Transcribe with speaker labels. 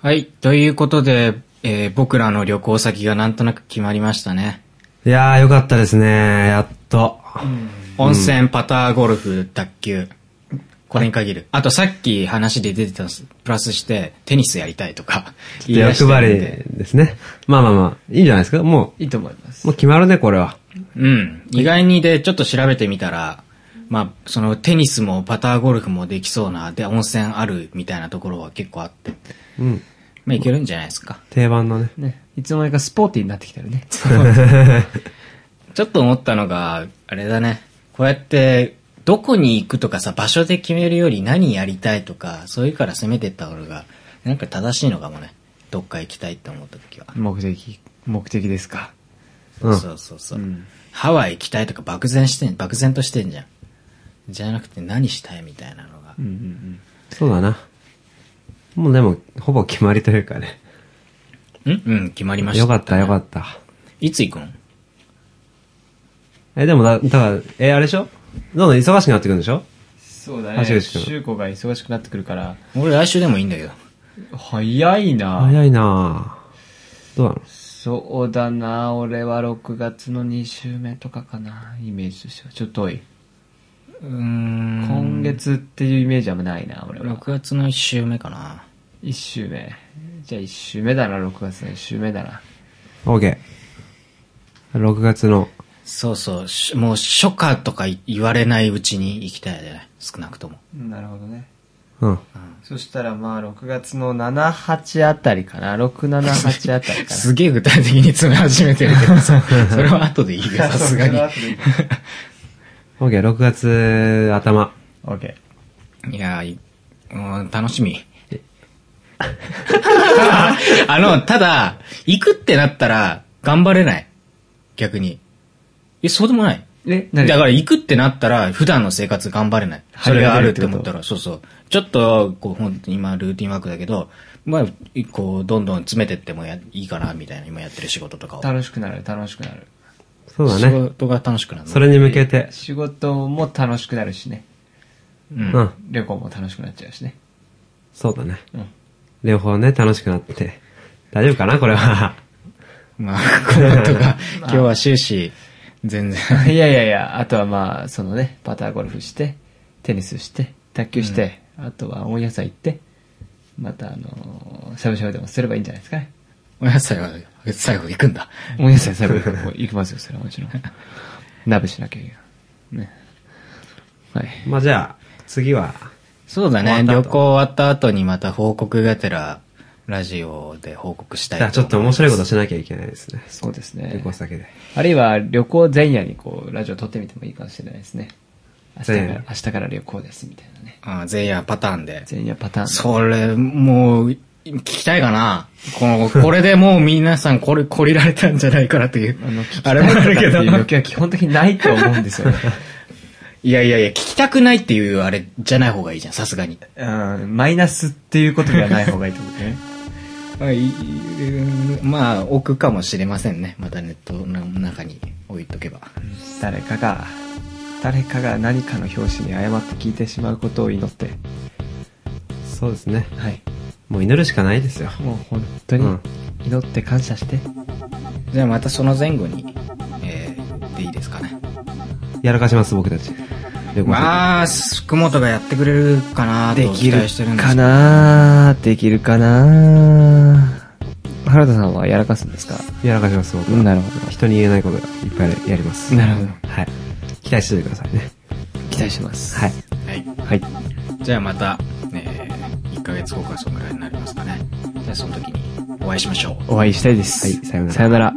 Speaker 1: はい。ということで、えー僕らの旅行先がなんとなく決まりましたね。
Speaker 2: いやーよかったですね。やっと。
Speaker 1: 温泉、パターゴルフ、卓球。これに限る。あとさっき話で出てたんです、プラスして、テニスやりたいとか。言い出して
Speaker 2: 欲
Speaker 1: るん
Speaker 2: 張り
Speaker 1: で
Speaker 2: ですね。まあまあまあ、いいんじゃないですか。も
Speaker 3: いいと思います
Speaker 2: う、も。う決まるね、これは。
Speaker 1: うん。意外にで、ちょっと調べてみたら、まあ、そのテニスもパターゴルフもできそうな、で、温泉あるみたいなところは結構あって。
Speaker 2: うん。
Speaker 1: まあ、いけるんじゃないですか。
Speaker 2: 定番のね。
Speaker 3: ね。いつの間にかスポーティーになってきてるね。
Speaker 1: ちょっと思ったのが、あれだね。こうやって、どこに行くとかさ、場所で決めるより何やりたいとか、そういうから攻めてった方が、なんか正しいのかもね。どっか行きたいって思った時は。
Speaker 3: 目的、目的ですか。
Speaker 2: うん。
Speaker 1: そうそうそう。ハワイ行きたいとか漠然してん、漠然としてんじゃん。じゃなくて何したいみたいなのが。
Speaker 3: うんうんうん。
Speaker 2: そうだな。もうでも、ほぼ決まりというかね。
Speaker 1: うんうん、決まりました。
Speaker 2: よかった、よかった。
Speaker 1: いつ行くの
Speaker 2: え、でもだ、だから、え、あれでしょどんどん忙しくなってくるんでしょ
Speaker 3: そうだ
Speaker 2: 橋
Speaker 3: ね。
Speaker 2: 口君
Speaker 3: 修子が忙しくなってくるから、
Speaker 1: 俺来週でもいいんだけど。
Speaker 3: 早いな
Speaker 2: 早いなぁ。どうなの
Speaker 3: そうだな俺は6月の2週目とかかなイメージとしては。ちょっと遠い。
Speaker 1: うーん
Speaker 3: 今月っていうイメージはないな俺は。
Speaker 1: 6月の1週目かな。
Speaker 3: 1週目。じゃあ1週目だな、6月の1週目だな。
Speaker 2: ?OK。6月の、
Speaker 1: そうそう。しもう初夏とか言われないうちに行きたいね。少なく とも。
Speaker 3: なるほどね。
Speaker 2: うん。
Speaker 3: そしたらまあ6月の7、8あたりかな。6、7、8あたりかな。
Speaker 1: すげえ具体的に詰め始めてるけど さ。それは後でいいよ、さす がに。
Speaker 2: OK、6月頭。
Speaker 3: オッケ
Speaker 1: いやーいうん、楽し み。あの、ただ、行くってなったら、頑張れない。逆に。え、そうでもない。
Speaker 3: ー。え、
Speaker 1: だ
Speaker 3: 何
Speaker 1: から行くってなったら、普段の生活頑張れない。それがあるって思ったら、そうそう。ちょっと、こう、本当に今、ルーティンワークだけど、まあ、こう、どんどん詰めてってもやいいかな、みたいな、今やってる仕事とかを。
Speaker 3: 楽しくなる、楽しくなる。
Speaker 2: そうだ
Speaker 1: 仕
Speaker 2: ね。
Speaker 1: 事が楽しくなる。
Speaker 2: それに向けて。
Speaker 3: 仕事も楽しくなるしね。
Speaker 1: う。
Speaker 2: うんん。
Speaker 3: 旅行も楽しくなっちゃうしね。
Speaker 2: そうだね。
Speaker 3: うん。
Speaker 2: 両方ね、楽しくなって。大丈夫かなこれは。
Speaker 1: まあ、このとが、今日は終始、全然。
Speaker 3: いやいやいや、あとはまあ、そのね、パターゴルフして、テニスして、卓球して、あとは温野菜行って、またあのー、しゃぶしゃぶでもすればいいんじゃないですかね。
Speaker 1: お野菜は最後行くんだ。
Speaker 3: 温野菜しゃぶ行きますよ、それは もちろん。鍋しなきゃいけない。ね。はい。
Speaker 2: まあじゃあ、次は、
Speaker 1: そうだね。
Speaker 2: 終
Speaker 1: 旅
Speaker 2: わった後
Speaker 1: 行終わった後にまた報告がてら、ラジオで報告したい
Speaker 2: じゃあちょっと面白いことしなきゃいけないですね。
Speaker 3: そうです
Speaker 2: 旅
Speaker 3: ね
Speaker 2: 行。先で。
Speaker 3: あるいは旅行前夜にこう、ラジオ撮ってみてもいいかもしれないですね。明日か
Speaker 2: 前夜
Speaker 3: ら、明日から旅行です、みたいなね。
Speaker 1: あ全員はパターンで。
Speaker 3: 前夜パターン。
Speaker 1: それ、もう、聞きたいかなこ の、これでもう皆さんこれ、こりられたんじゃないかなという。
Speaker 3: あの、聞き
Speaker 1: あ
Speaker 3: たい
Speaker 1: れ
Speaker 3: と
Speaker 1: も
Speaker 3: か
Speaker 1: あ
Speaker 3: って
Speaker 1: るけ
Speaker 3: いう
Speaker 1: ど。
Speaker 3: 余計は基本的にないと思うんですよね。
Speaker 1: いやいやいや、聞きたくないっていうあれじゃない方がいいじゃん、さすがに。
Speaker 3: うん、マイナスっていうことではない方がいいと思うね。
Speaker 1: まあ、置くかもしれませんね。またネットの中に置いとけば。
Speaker 3: 誰かが、誰かが何かの表紙に誤って聞いてしまうことを祈って、
Speaker 2: そうですね。
Speaker 3: はい。
Speaker 2: もう祈るしかないですよ。
Speaker 3: もう本当
Speaker 2: う
Speaker 3: に
Speaker 2: ん
Speaker 3: 祈って感謝して、
Speaker 1: じゃあまたその前後に、えー、でいいですかね。
Speaker 2: やらかします、僕たち。旅行先。
Speaker 1: まあ、福本がやってくれるかなと期待してるんです
Speaker 3: か
Speaker 1: けど。
Speaker 3: なーできるかなー原田さんはやらかすんですか
Speaker 2: やらかします、僕は。
Speaker 3: なるほ
Speaker 2: 人に言えないことがいっぱいやります。
Speaker 3: ど。なるほど。
Speaker 2: はい。期待しててくださいね。
Speaker 3: 期待してます。
Speaker 2: はい。
Speaker 1: はい。
Speaker 3: はい。
Speaker 1: じゃあまた、えー、1ヶ月後かそんぐらいになりますかね。じゃあその時にお会いしましょう。
Speaker 3: お会いしたいです。
Speaker 2: はいさようなら
Speaker 3: さよなら。